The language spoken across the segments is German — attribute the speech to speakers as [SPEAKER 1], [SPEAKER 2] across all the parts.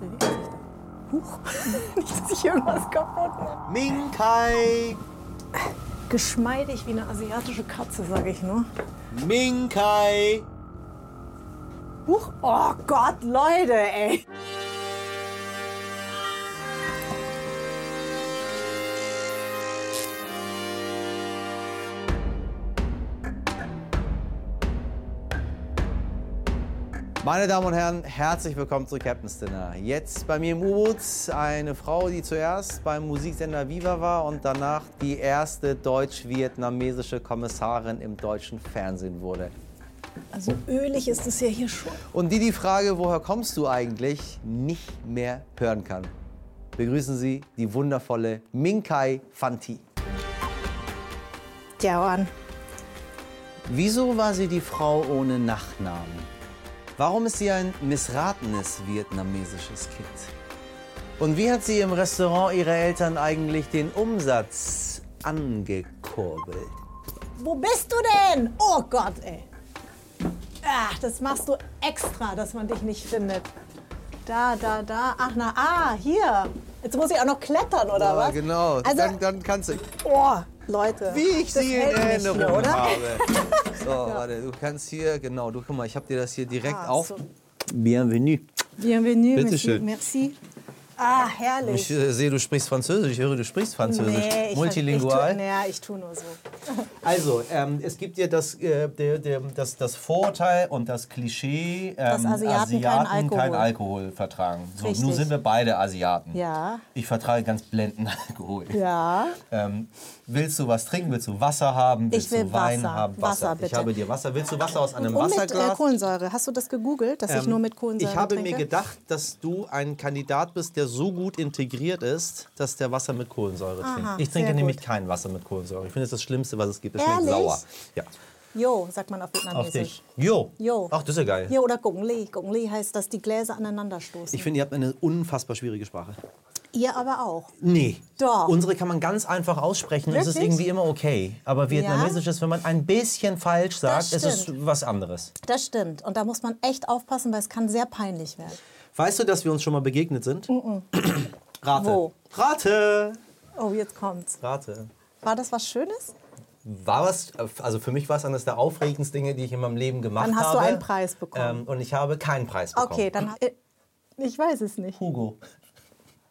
[SPEAKER 1] bewegt sich doch. Huch, nicht, dass ich irgendwas kaputt mache.
[SPEAKER 2] Minkai!
[SPEAKER 1] Geschmeidig wie eine asiatische Katze, sage ich nur.
[SPEAKER 2] Minkai!
[SPEAKER 1] Huch, oh Gott, Leute, ey.
[SPEAKER 2] Meine Damen und Herren, herzlich willkommen zu Captain's Dinner. Jetzt bei mir im U-Boot eine Frau, die zuerst beim Musiksender Viva war und danach die erste deutsch-vietnamesische Kommissarin im deutschen Fernsehen wurde.
[SPEAKER 1] Also ölig ist es ja hier schon.
[SPEAKER 2] Und die die Frage, woher kommst du eigentlich, nicht mehr hören kann. Begrüßen Sie die wundervolle Minkai Fanti.
[SPEAKER 1] Ciao an.
[SPEAKER 2] Wieso war sie die Frau ohne Nachnamen? Warum ist sie ein missratenes vietnamesisches Kind? Und wie hat sie im Restaurant ihrer Eltern eigentlich den Umsatz angekurbelt?
[SPEAKER 1] Wo bist du denn? Oh Gott, ey. Ach, das machst du extra, dass man dich nicht findet. Da, da, da. Ach na, ah, hier. Jetzt muss ich auch noch klettern, oder was?
[SPEAKER 2] genau,
[SPEAKER 1] Also-
[SPEAKER 2] dann, dann kannst du.
[SPEAKER 1] Oh, Leute.
[SPEAKER 2] Wie ich
[SPEAKER 1] das
[SPEAKER 2] sie in
[SPEAKER 1] hält mich
[SPEAKER 2] Erinnerung
[SPEAKER 1] hier, oder?
[SPEAKER 2] habe. So, warte, du kannst hier, genau, du guck mal, ich habe dir das hier direkt
[SPEAKER 1] Ah,
[SPEAKER 2] auf.
[SPEAKER 1] so.
[SPEAKER 2] Bienvenue.
[SPEAKER 1] Bienvenue,
[SPEAKER 2] Bitte
[SPEAKER 1] merci,
[SPEAKER 2] schön.
[SPEAKER 1] merci. Ah,
[SPEAKER 2] Ich
[SPEAKER 1] herrlich.
[SPEAKER 2] äh, sehe, du sprichst Französisch, ich höre, du sprichst Französisch.
[SPEAKER 1] Nee, ich-
[SPEAKER 2] Multilingual.
[SPEAKER 1] Ich, tu- naja, ich tue nur so.
[SPEAKER 2] Also, ähm, es gibt ja das, äh, der, der, das, das Vorurteil und das Klischee, ähm,
[SPEAKER 1] Dass Asiaten keinen Alkohol.
[SPEAKER 2] keinen Alkohol vertragen. So,
[SPEAKER 1] Richtig.
[SPEAKER 2] nun sind wir beide Asiaten.
[SPEAKER 1] Ja.
[SPEAKER 2] Ich vertrage ganz blendend Alkohol.
[SPEAKER 1] Ja.
[SPEAKER 2] Ähm, willst du was trinken? Willst du Wasser haben? Willst
[SPEAKER 1] will
[SPEAKER 2] du Wein
[SPEAKER 1] Wasser.
[SPEAKER 2] haben?
[SPEAKER 1] Wasser,
[SPEAKER 2] Ich
[SPEAKER 1] bitte.
[SPEAKER 2] habe dir Wasser. Willst du Wasser aus einem
[SPEAKER 1] Und mit äh,
[SPEAKER 2] Wasserglas? Ähm,
[SPEAKER 1] Kohlensäure. Hast du das gegoogelt, dass ich nur mit Kohlensäure
[SPEAKER 2] ich habe
[SPEAKER 1] trinke?
[SPEAKER 2] mir gedacht, dass du ein Kandidat bist, der so gut integriert ist, dass der Wasser mit Kohlensäure trinkt. Ich trinke
[SPEAKER 1] sehr
[SPEAKER 2] nämlich
[SPEAKER 1] gut.
[SPEAKER 2] kein Wasser mit Kohlensäure. Ich finde, das ist das Schlimmste, was es gibt. Es schmeckt
[SPEAKER 1] Ehrlich?
[SPEAKER 2] sauer. Ja,
[SPEAKER 1] Jo, sagt man auf
[SPEAKER 2] auf
[SPEAKER 1] Vietnamesisch.
[SPEAKER 2] dich. Jo.
[SPEAKER 1] Also Jo.
[SPEAKER 2] Ach, das ist ja geil.
[SPEAKER 1] Jo, oder Gong Li. Gong Li heißt, dass die Gläser aneinanderstoßen.
[SPEAKER 2] Ich finde, ihr habt eine unfassbar schwierige Sprache.
[SPEAKER 1] Ihr aber auch.
[SPEAKER 2] Nee.
[SPEAKER 1] Doch.
[SPEAKER 2] Unsere kann man ganz einfach aussprechen. Es ist
[SPEAKER 1] Wirklich?
[SPEAKER 2] irgendwie immer okay. Aber Vietnamesisches, wenn man ein bisschen falsch sagt, ist es
[SPEAKER 1] stimmt.
[SPEAKER 2] was anderes.
[SPEAKER 1] Das stimmt. Und da muss man echt aufpassen, weil es kann sehr peinlich werden.
[SPEAKER 2] Weißt du, dass wir uns schon mal begegnet sind? Rate.
[SPEAKER 1] Mm, Wo?
[SPEAKER 2] Rate.
[SPEAKER 1] Oh, jetzt kommt's.
[SPEAKER 2] Rate.
[SPEAKER 1] War das was Schönes?
[SPEAKER 2] War was, also für mich war es eines der aufregendsten Dinge, die ich in meinem Leben gemacht habe.
[SPEAKER 1] Dann hast du einen Preis bekommen.
[SPEAKER 2] Ähm, und ich habe keinen Preis bekommen.
[SPEAKER 1] Okay, dann. äh, Ich weiß es nicht.
[SPEAKER 2] Hugo.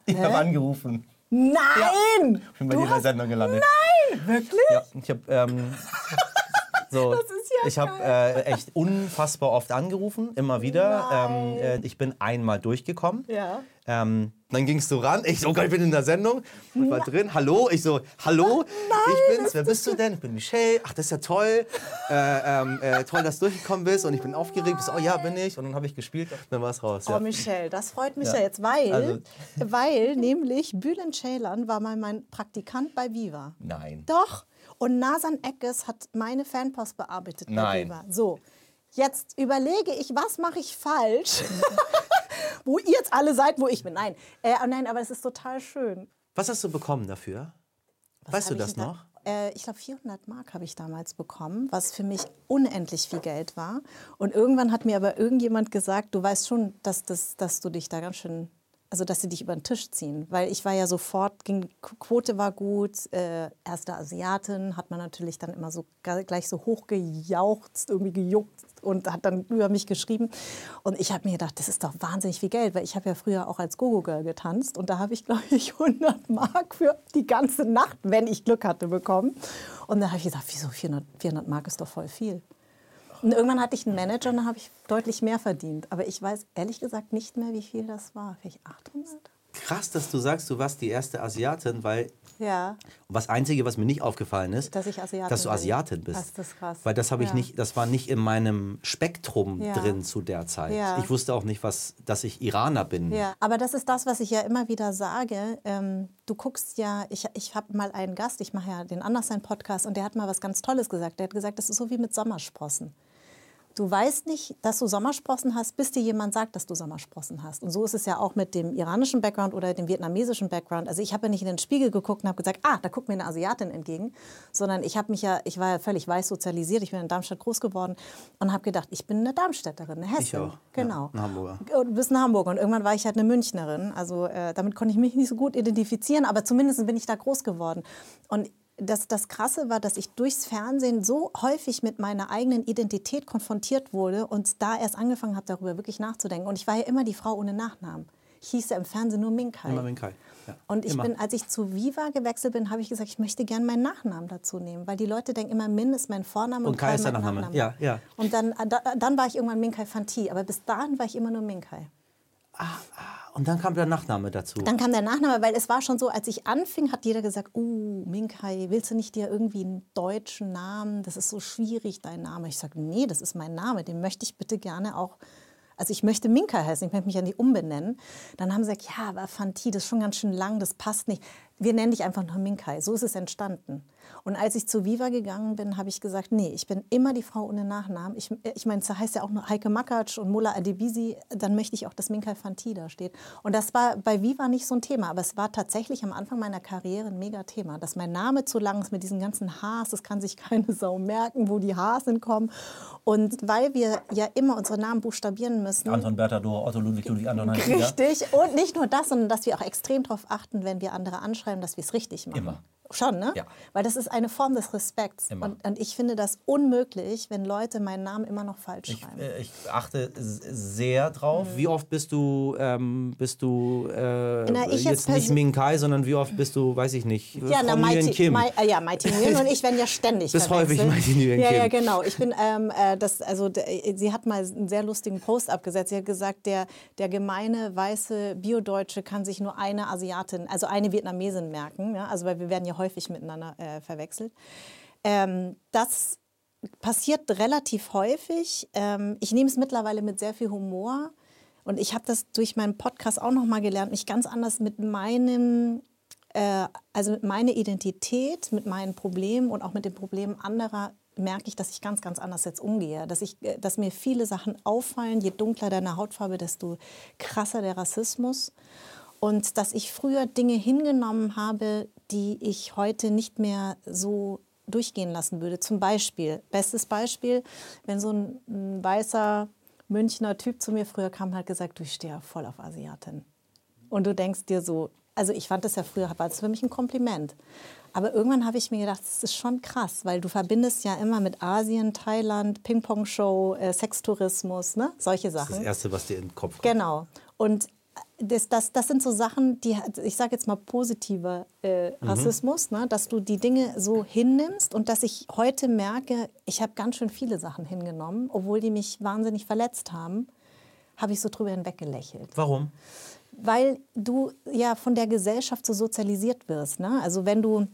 [SPEAKER 2] Ich habe angerufen.
[SPEAKER 1] Nein!
[SPEAKER 2] Ich bin bei dir in der Sendung gelandet.
[SPEAKER 1] Nein! Wirklich?
[SPEAKER 2] Ja, ich habe ähm, so,
[SPEAKER 1] Das ist ja
[SPEAKER 2] ich habe äh, echt unfassbar oft angerufen, immer wieder. Ähm, äh, ich bin einmal durchgekommen.
[SPEAKER 1] Ja.
[SPEAKER 2] Ähm, dann gingst du ran. Ich so, oh Gott, ich bin in der Sendung. Ich war drin. Hallo. Ich so, hallo. ich bin's. Wer bist du denn? Ich bin Michelle. Ach, das ist ja toll. Äh, ähm, äh, toll, dass du durchgekommen bist. Und ich bin aufgeregt. Ich so, oh ja, bin ich. Und dann habe ich gespielt. Und dann war es raus.
[SPEAKER 1] Oh,
[SPEAKER 2] Ja.
[SPEAKER 1] Michelle, das freut mich
[SPEAKER 2] Ja.
[SPEAKER 1] ja, jetzt, weil,
[SPEAKER 2] Also-
[SPEAKER 1] weil nämlich Bülent Ceylan war mal mein Praktikant bei Viva.
[SPEAKER 2] Nein.
[SPEAKER 1] Doch. Und Nasan Eckes hat meine Fanpost bearbeitet bei
[SPEAKER 2] Nein.
[SPEAKER 1] Viva. So, jetzt überlege ich, was mache ich falsch? wo ihr jetzt alle seid, wo ich bin. Nein, äh, oh nein, aber es ist total schön.
[SPEAKER 2] Was hast du bekommen dafür? weißt du
[SPEAKER 1] Hab ich
[SPEAKER 2] das
[SPEAKER 1] denn da-
[SPEAKER 2] noch?
[SPEAKER 1] Äh, ich glaube, 400 Mark habe ich damals bekommen, was für mich unendlich viel Geld war. Und irgendwann hat mir aber irgendjemand gesagt, du weißt schon, dass, das, dass du dich da ganz schön, also dass sie dich über den Tisch ziehen. Weil ich war ja sofort, ging, Qu- Quote war gut, äh, erste Asiatin, hat man natürlich dann immer so ga- gleich so hochgejauchzt, irgendwie gejuckt und hat dann über mich geschrieben. Und ich habe mir gedacht, das ist doch wahnsinnig viel Geld, weil ich habe ja früher auch als Gogo-Girl getanzt und da habe ich, glaube ich, 100 Mark für die ganze Nacht, wenn ich Glück hatte, bekommen. Und da habe ich gedacht, wieso 400, 400 Mark ist doch voll viel. Und irgendwann hatte ich einen Manager und da habe ich deutlich mehr verdient. Aber ich weiß ehrlich gesagt nicht mehr, wie viel das war. Vielleicht 800?
[SPEAKER 2] Krass, dass du sagst, du warst die erste Asiatin, weil
[SPEAKER 1] Ja.
[SPEAKER 2] Und das Einzige, was mir nicht aufgefallen ist,
[SPEAKER 1] Dass ich Asiatin
[SPEAKER 2] dass du
[SPEAKER 1] bin.
[SPEAKER 2] Asiatin bist.
[SPEAKER 1] Das ist krass.
[SPEAKER 2] Weil das habe ich
[SPEAKER 1] Ja.
[SPEAKER 2] nicht, das war nicht in meinem Spektrum
[SPEAKER 1] Ja.
[SPEAKER 2] drin zu der Zeit.
[SPEAKER 1] Ja.
[SPEAKER 2] Ich wusste auch nicht, was, dass ich Iraner bin.
[SPEAKER 3] Hm.
[SPEAKER 1] Ja, aber das ist das, was ich ja immer wieder sage. Ähm, du guckst ja, ich, ich habe mal einen Gast, ich mache ja den Anderssein-Podcast und der hat mal was ganz Tolles gesagt. Der hat gesagt, das ist so wie mit Sommersprossen. Du weißt nicht, dass du Sommersprossen hast, bis dir jemand sagt, dass du Sommersprossen hast. Und so ist es ja auch mit dem iranischen Background oder dem vietnamesischen Background. Also ich habe ja nicht in den Spiegel geguckt und habe gesagt, ah, da guckt mir eine Asiatin entgegen, sondern ich habe mich ja, ich war ja völlig weiß sozialisiert, ich bin in Darmstadt groß geworden und habe gedacht, ich bin eine Darmstädterin, eine Hessin.
[SPEAKER 3] Ich auch.
[SPEAKER 1] Genau.
[SPEAKER 3] Ja, ein Hamburger.
[SPEAKER 1] Und du bist eine Hamburger und irgendwann war ich halt eine Münchnerin. Also äh, damit konnte ich mich nicht so gut identifizieren, aber zumindest bin ich da groß geworden. Und das, das Krasse war, dass ich durchs Fernsehen so häufig mit meiner eigenen Identität konfrontiert wurde und da erst angefangen habe, darüber wirklich nachzudenken. Und ich war ja immer die Frau ohne Nachnamen. Ich hieß ja im Fernsehen nur Minkai.
[SPEAKER 3] Immer wenn Kai. Ja.
[SPEAKER 1] Und ich
[SPEAKER 3] immer.
[SPEAKER 1] bin, als ich zu Viva gewechselt bin, habe ich gesagt, ich möchte gerne meinen Nachnamen dazu nehmen, weil die Leute denken immer, Min ist mein Vorname und,
[SPEAKER 3] Und Kai ist
[SPEAKER 1] mein
[SPEAKER 3] der Nachname.
[SPEAKER 1] Nachname.
[SPEAKER 3] Ja, ja.
[SPEAKER 1] Und dann, äh, da, dann war ich irgendwann Minkai Fanti, aber bis dahin war ich immer nur Minkai.
[SPEAKER 3] Und dann kam der Nachname dazu.
[SPEAKER 1] Dann kam der Nachname, weil es war schon so, als ich anfing, hat jeder gesagt, uh, Minkai, willst du nicht dir irgendwie einen deutschen Namen? Das ist so schwierig, dein Name. Ich sage, nee, das ist mein Name, den möchte ich bitte gerne auch, also ich möchte Minkai heißen, ich möchte mich ja nicht umbenennen. Dann haben sie gesagt, ja, aber Fanti, das ist schon ganz schön lang, das passt nicht. Wir nennen dich einfach nur Minkai. So ist es entstanden. Und als ich zu Viva gegangen bin, habe ich gesagt, nee, ich bin immer die Frau ohne Nachnamen. Ich, äh, ich meine, es heißt ja auch nur Heike Makatsch und Mola Adebisi, dann möchte ich auch, dass Minkai Fanti da steht. Und das war bei Viva nicht so ein Thema, aber es war tatsächlich am Anfang meiner Karriere ein mega Thema, dass mein Name zu lang ist mit diesen ganzen Haars, das kann sich keine Sau merken, wo die Haars hinkommen. Und weil wir ja immer unsere Namen buchstabieren müssen,
[SPEAKER 3] Anton Bertador, Otto Ludwig, Ludwig Anton Heinz Ida.
[SPEAKER 1] Richtig. Und nicht nur das, sondern dass wir auch extrem darauf achten, wenn wir andere anschreiben, dass wir es richtig machen.
[SPEAKER 3] Immer.
[SPEAKER 1] Schon, ne?
[SPEAKER 3] Ja.
[SPEAKER 1] Weil das ist eine Form des Respekts.
[SPEAKER 3] Immer.
[SPEAKER 1] Und, und ich finde das unmöglich, wenn Leute meinen Namen immer noch falsch
[SPEAKER 3] Ich,
[SPEAKER 1] schreiben.
[SPEAKER 3] äh, ich achte s- sehr drauf. Wie oft bist du, ähm, bist du äh,
[SPEAKER 1] Na, ich jetzt
[SPEAKER 3] jetzt nicht
[SPEAKER 1] perso-
[SPEAKER 3] Ming Kai, sondern wie oft bist du, weiß ich nicht,
[SPEAKER 1] ja, na,
[SPEAKER 3] Frau Nguyen
[SPEAKER 1] Mighty,
[SPEAKER 3] Kim?
[SPEAKER 1] Mi, äh, ja, Mighty Nguyen und ich werden ja ständig
[SPEAKER 3] Bis häufig
[SPEAKER 1] verwechselt.
[SPEAKER 3] Mighty Nguyen
[SPEAKER 1] ja,
[SPEAKER 3] Kim.
[SPEAKER 1] ja, genau. Ich bin, ähm, äh, das, also, d- sie hat mal einen sehr lustigen Post abgesetzt. Sie hat gesagt, der, der gemeine weiße Biodeutsche kann sich nur eine Asiatin, also eine Vietnamesin merken. Ja? Also, weil wir werden ja häufig miteinander äh, verwechselt. Ähm, das passiert relativ häufig. Ähm, ich nehme es mittlerweile mit sehr viel Humor. Und ich habe das durch meinen Podcast auch nochmal gelernt, mich ganz anders mit meinem, äh, also mit meiner Identität, mit meinen Problemen und auch mit den Problemen anderer merke ich, dass ich ganz, ganz anders jetzt umgehe. Dass, ich, äh, dass mir viele Sachen auffallen. Je dunkler deine Hautfarbe, desto krasser der Rassismus. Und dass ich früher Dinge hingenommen habe, die ich heute nicht mehr so durchgehen lassen würde. Zum Beispiel, bestes Beispiel, wenn so ein, ein weißer Münchner Typ zu mir früher kam und hat gesagt, du ich stehe ja voll auf Asiatin. Und du denkst dir so, also ich fand das ja früher, war das für mich ein Kompliment. Aber irgendwann habe ich mir gedacht, das ist schon krass, weil du verbindest ja immer mit Asien, Thailand, Ping-Pong-Show, äh, Sextourismus, ne? solche Sachen.
[SPEAKER 3] Das Erste, was dir in den Kopf kommt.
[SPEAKER 1] Genau. Und das, das, das sind so Sachen, die, ich sage jetzt mal positiver äh, Rassismus, ne? dass du die Dinge so hinnimmst und dass ich heute merke, ich habe ganz schön viele Sachen hingenommen, obwohl die mich wahnsinnig verletzt haben, habe ich so drüber hinweggelächelt.
[SPEAKER 3] Warum?
[SPEAKER 1] Weil du ja von der Gesellschaft so sozialisiert wirst. Ne? Also wenn du,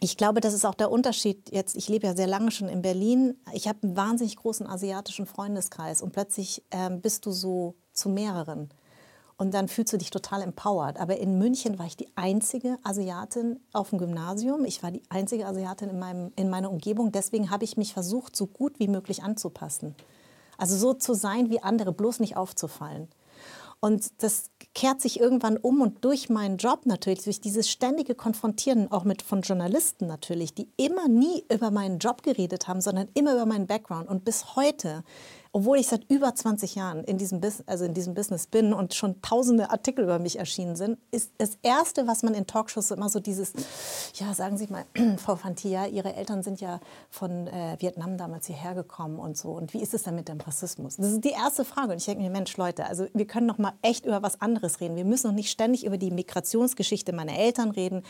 [SPEAKER 1] ich glaube, das ist auch der Unterschied. Jetzt, ich lebe ja sehr lange schon in Berlin. Ich habe einen wahnsinnig großen asiatischen Freundeskreis und plötzlich ähm, bist du so zu mehreren. Und dann fühlst du dich total empowered. Aber in München war ich die einzige Asiatin auf dem Gymnasium. Ich war die einzige Asiatin in, meinem, in meiner Umgebung. Deswegen habe ich mich versucht, so gut wie möglich anzupassen. Also so zu sein wie andere, bloß nicht aufzufallen. Und das kehrt sich irgendwann um und durch meinen Job natürlich, durch dieses ständige Konfrontieren auch mit von Journalisten natürlich, die immer nie über meinen Job geredet haben, sondern immer über meinen Background. Und bis heute, obwohl ich seit über 20 Jahren in diesem, Bus also in diesem Business bin und schon tausende Artikel über mich erschienen sind, ist das Erste, was man in Talkshows immer so dieses, ja, sagen Sie mal, Frau Fantia, Ihre Eltern sind ja von äh, Vietnam damals hierher gekommen und so. Und wie ist es denn mit dem Rassismus? Das ist die erste Frage. Und ich denke mir, Mensch, Leute, also wir können noch mal echt über was anderes reden. Wir müssen noch nicht ständig über die Migrationsgeschichte meiner Eltern reden.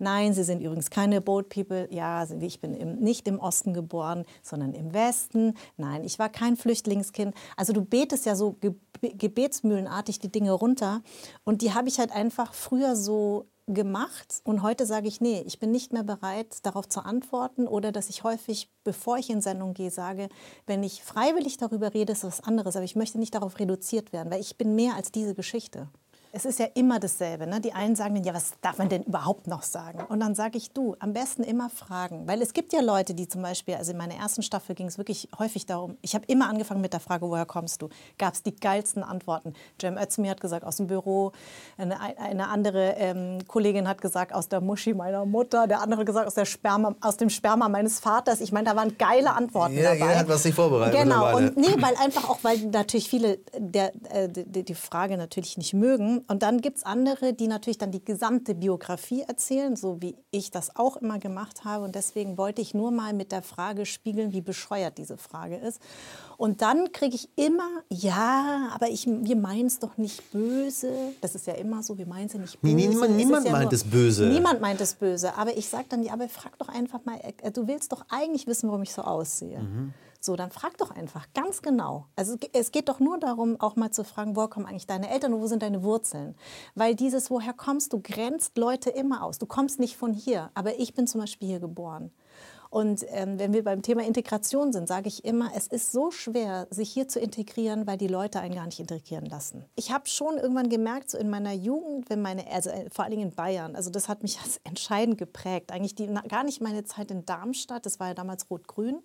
[SPEAKER 1] Nein, sie sind übrigens keine Boat People. Ja, sie- ich bin im, nicht im Osten geboren, sondern im Westen. Nein, ich war kein Flüchtlingskind. Also du betest ja so ge gebetsmühlenartig die Dinge runter. Und die habe ich halt einfach früher so gemacht und heute sage ich, nee, ich bin nicht mehr bereit, darauf zu antworten oder dass ich häufig, bevor ich in Sendung gehe, sage, wenn ich freiwillig darüber rede, ist was anderes, aber ich möchte nicht darauf reduziert werden, weil ich bin mehr als diese Geschichte. es ist ja immer dasselbe. Ne? Die einen sagen dann, ja, was darf man denn überhaupt noch sagen? Und dann sage ich, du, am besten immer fragen. Weil es gibt ja Leute, die zum Beispiel, also in meiner ersten Staffel ging es wirklich häufig darum, ich habe immer angefangen mit der Frage, woher kommst du? Gab es die geilsten Antworten. Jem Özdemir hat gesagt, aus dem Büro. Eine, eine andere ähm, Kollegin hat gesagt, aus der Muschi meiner Mutter. Der andere hat gesagt, aus, der Sperma, aus dem Sperma meines Vaters. Ich meine, da waren geile Antworten
[SPEAKER 3] Jeder,
[SPEAKER 1] dabei.
[SPEAKER 3] jeder hat was sich vorbereitet.
[SPEAKER 1] Genau,
[SPEAKER 3] mittlerweile.
[SPEAKER 1] und nee, weil einfach auch, weil natürlich viele der, äh, die, die Frage natürlich nicht mögen. Und dann gibt es andere, die natürlich dann die gesamte Biografie erzählen, so wie ich das auch immer gemacht habe. Und deswegen wollte ich nur mal mit der Frage spiegeln, wie bescheuert diese Frage ist. Und dann kriege ich immer, ja, aber ich, wir meinen es doch nicht böse. Das ist ja immer so, wir meinen es ja nicht
[SPEAKER 3] Nee,
[SPEAKER 1] böse.
[SPEAKER 3] niemand-
[SPEAKER 1] Es ist
[SPEAKER 3] niemand
[SPEAKER 1] ja
[SPEAKER 3] meint
[SPEAKER 1] nur-
[SPEAKER 3] es böse.
[SPEAKER 1] Niemand meint es böse. Aber ich sage dann, ja, aber frag doch einfach mal, äh, du willst doch eigentlich wissen, warum ich so aussehe. So, dann frag doch einfach ganz genau. Also es ge- es geht doch nur darum, auch mal zu fragen, woher kommen eigentlich deine Eltern und wo sind deine Wurzeln? Weil dieses, woher kommst du, grenzt Leute immer aus. Du kommst nicht von hier, aber ich bin zum Beispiel hier geboren. Und ähm, wenn wir beim Thema Integration sind, sage ich immer, es ist so schwer, sich hier zu integrieren, weil die Leute einen gar nicht integrieren lassen. Ich habe schon irgendwann gemerkt, so in meiner Jugend, wenn meine, also äh, vor allen Dingen in Bayern, also das hat mich als entscheidend geprägt. Eigentlich die, na, gar nicht meine Zeit in Darmstadt, das war ja damals Rot-Grün.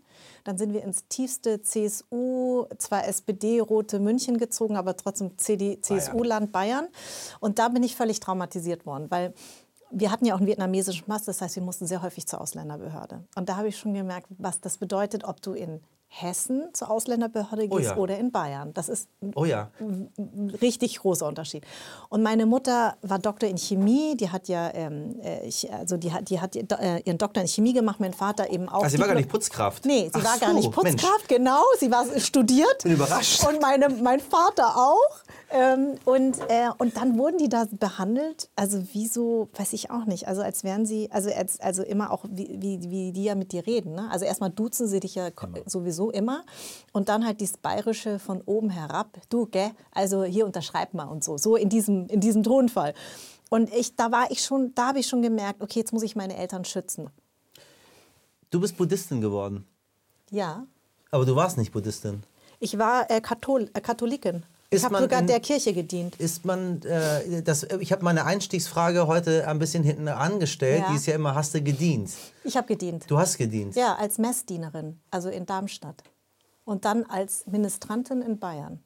[SPEAKER 1] Dann sind wir ins tiefste CSU, zwar SPD-rote München gezogen, aber trotzdem CD, CSU-Land Bayern. Und da bin ich völlig traumatisiert worden, weil wir hatten ja auch einen vietnamesischen Pass, das heißt, wir mussten sehr häufig zur Ausländerbehörde. Und da habe ich schon gemerkt, was das bedeutet, ob du in Hessen zur Ausländerbehörde
[SPEAKER 3] Oh
[SPEAKER 1] gehst
[SPEAKER 3] ja.
[SPEAKER 1] oder in Bayern. Das ist ein
[SPEAKER 3] Oh ja.
[SPEAKER 1] richtig großer Unterschied. Und meine Mutter war Doktor in Chemie, die hat ja, ähm, äh, ich- also die hat, die hat ihr- äh, ihren Doktor in Chemie gemacht, mein Vater eben auch.
[SPEAKER 3] Also sie war gar
[SPEAKER 1] Diplo-
[SPEAKER 3] nicht Putzkraft.
[SPEAKER 1] Nee, sie
[SPEAKER 3] Ach
[SPEAKER 1] war gar
[SPEAKER 3] so,
[SPEAKER 1] nicht
[SPEAKER 3] Mensch.
[SPEAKER 1] Putzkraft, genau. Sie war studiert.
[SPEAKER 3] Bin überrascht.
[SPEAKER 1] Und meine, mein Vater auch. Ähm, und, äh, und dann wurden die da behandelt, also wie so, weiß ich auch nicht. Also als wären sie, also, als, also immer auch, wie, wie, wie die ja mit dir reden. Ne? Also erstmal duzen sie dich ja ko-
[SPEAKER 3] Genau.
[SPEAKER 1] sowieso immer. Und dann halt dieses Bayerische von oben herab. Du, gell? Also hier unterschreib mal und so. So in diesem, in diesem Tonfall. Und ich, da war ich schon, da habe ich schon gemerkt, okay, jetzt muss ich meine Eltern schützen.
[SPEAKER 3] Du bist Buddhistin geworden.
[SPEAKER 1] Ja.
[SPEAKER 3] Aber du warst nicht Buddhistin.
[SPEAKER 1] Ich war äh, Kathol äh, Katholikin.
[SPEAKER 3] Ist
[SPEAKER 1] ich habe
[SPEAKER 3] man
[SPEAKER 1] sogar
[SPEAKER 3] in-
[SPEAKER 1] der Kirche gedient.
[SPEAKER 3] Ist man, äh, das, ich habe meine Einstiegsfrage heute ein bisschen hinten angestellt.
[SPEAKER 1] Ja.
[SPEAKER 3] Die ist ja immer, hast du gedient?
[SPEAKER 1] Ich habe gedient.
[SPEAKER 3] Du hast gedient.
[SPEAKER 1] Ja, als Messdienerin, also in Darmstadt. Und dann als Ministrantin in Bayern.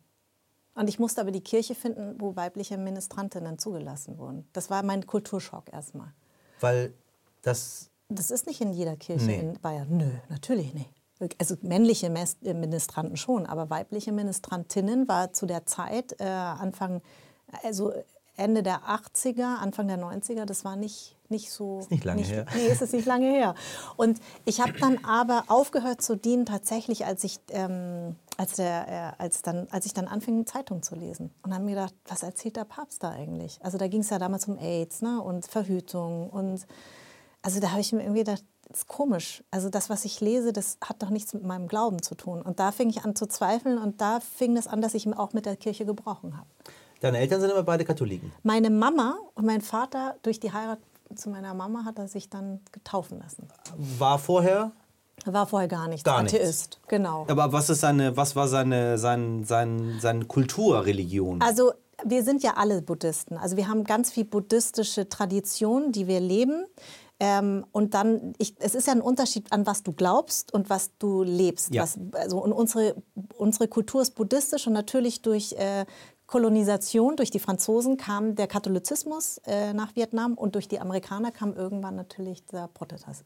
[SPEAKER 1] Und ich musste aber die Kirche finden, wo weibliche Ministrantinnen zugelassen wurden. Das war mein Kulturschock erstmal.
[SPEAKER 3] Weil das,
[SPEAKER 1] Das ist nicht in jeder Kirche
[SPEAKER 3] Nee.
[SPEAKER 1] in Bayern. Nö, natürlich nicht. Also männliche Mes- äh, Ministranten schon, aber weibliche Ministrantinnen war zu der Zeit, äh, Anfang, also Ende der 80er, Anfang der 90er, das war nicht, nicht so. Ist
[SPEAKER 3] nicht lange her.
[SPEAKER 1] Nee, es ist nicht lange her. Und ich habe dann aber aufgehört zu dienen, tatsächlich, als ich, ähm, als, der, äh, als, dann, als ich dann anfing, Zeitung zu lesen. Und habe mir gedacht, was erzählt der Papst da eigentlich? Also da ging es ja damals um Aids ne? und Verhütung. Und also da habe ich mir irgendwie gedacht, das ist komisch. Also das, was ich lese, das hat doch nichts mit meinem Glauben zu tun. Und da fing ich an zu zweifeln und da fing das an, dass ich auch mit der Kirche gebrochen habe.
[SPEAKER 3] deine Eltern sind immer beide Katholiken.
[SPEAKER 1] Meine Mama und mein Vater, durch die Heirat zu meiner Mama, hat er sich dann getaufen lassen.
[SPEAKER 3] War vorher.
[SPEAKER 1] Er war vorher gar nichts.
[SPEAKER 3] Gar nichts.
[SPEAKER 1] Atheist, genau.
[SPEAKER 2] Aber was ist seine, was war seine, sein, sein, seine Kulturreligion?
[SPEAKER 1] Also wir sind ja alle Buddhisten. Also wir haben ganz viel buddhistische Tradition, die wir leben. Ähm, und dann, ich, es ist ja ein Unterschied an was du glaubst und was du lebst.
[SPEAKER 2] Ja.
[SPEAKER 1] Was, also, und unsere, unsere Kultur ist buddhistisch und natürlich durch äh, Kolonisation, durch die Franzosen kam der Katholizismus äh, nach Vietnam und durch die Amerikaner kam irgendwann natürlich der Protestas-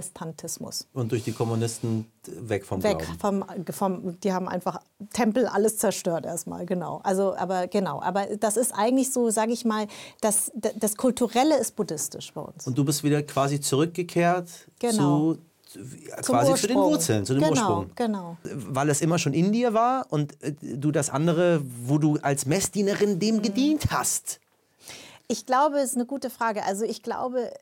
[SPEAKER 1] Protestantismus
[SPEAKER 3] Und durch die Kommunisten weg vom
[SPEAKER 1] weg
[SPEAKER 3] Glauben.
[SPEAKER 1] vom, vom die haben einfach Tempel alles zerstört erstmal genau also aber genau aber das ist eigentlich so sage ich mal das das kulturelle ist buddhistisch bei uns
[SPEAKER 3] Und du bist wieder quasi zurückgekehrt
[SPEAKER 1] Genau.
[SPEAKER 3] zu, zu- quasi zu den
[SPEAKER 1] Ursprung.
[SPEAKER 3] Wurzeln, zu dem
[SPEAKER 1] genau,
[SPEAKER 3] Ursprung.
[SPEAKER 1] genau
[SPEAKER 2] Weil es immer schon in dir war und äh, du das andere, wo du als Messdienerin
[SPEAKER 1] Mhm.
[SPEAKER 2] dem gedient hast.
[SPEAKER 1] Ich glaube, es ist eine gute Frage. Also ich glaube,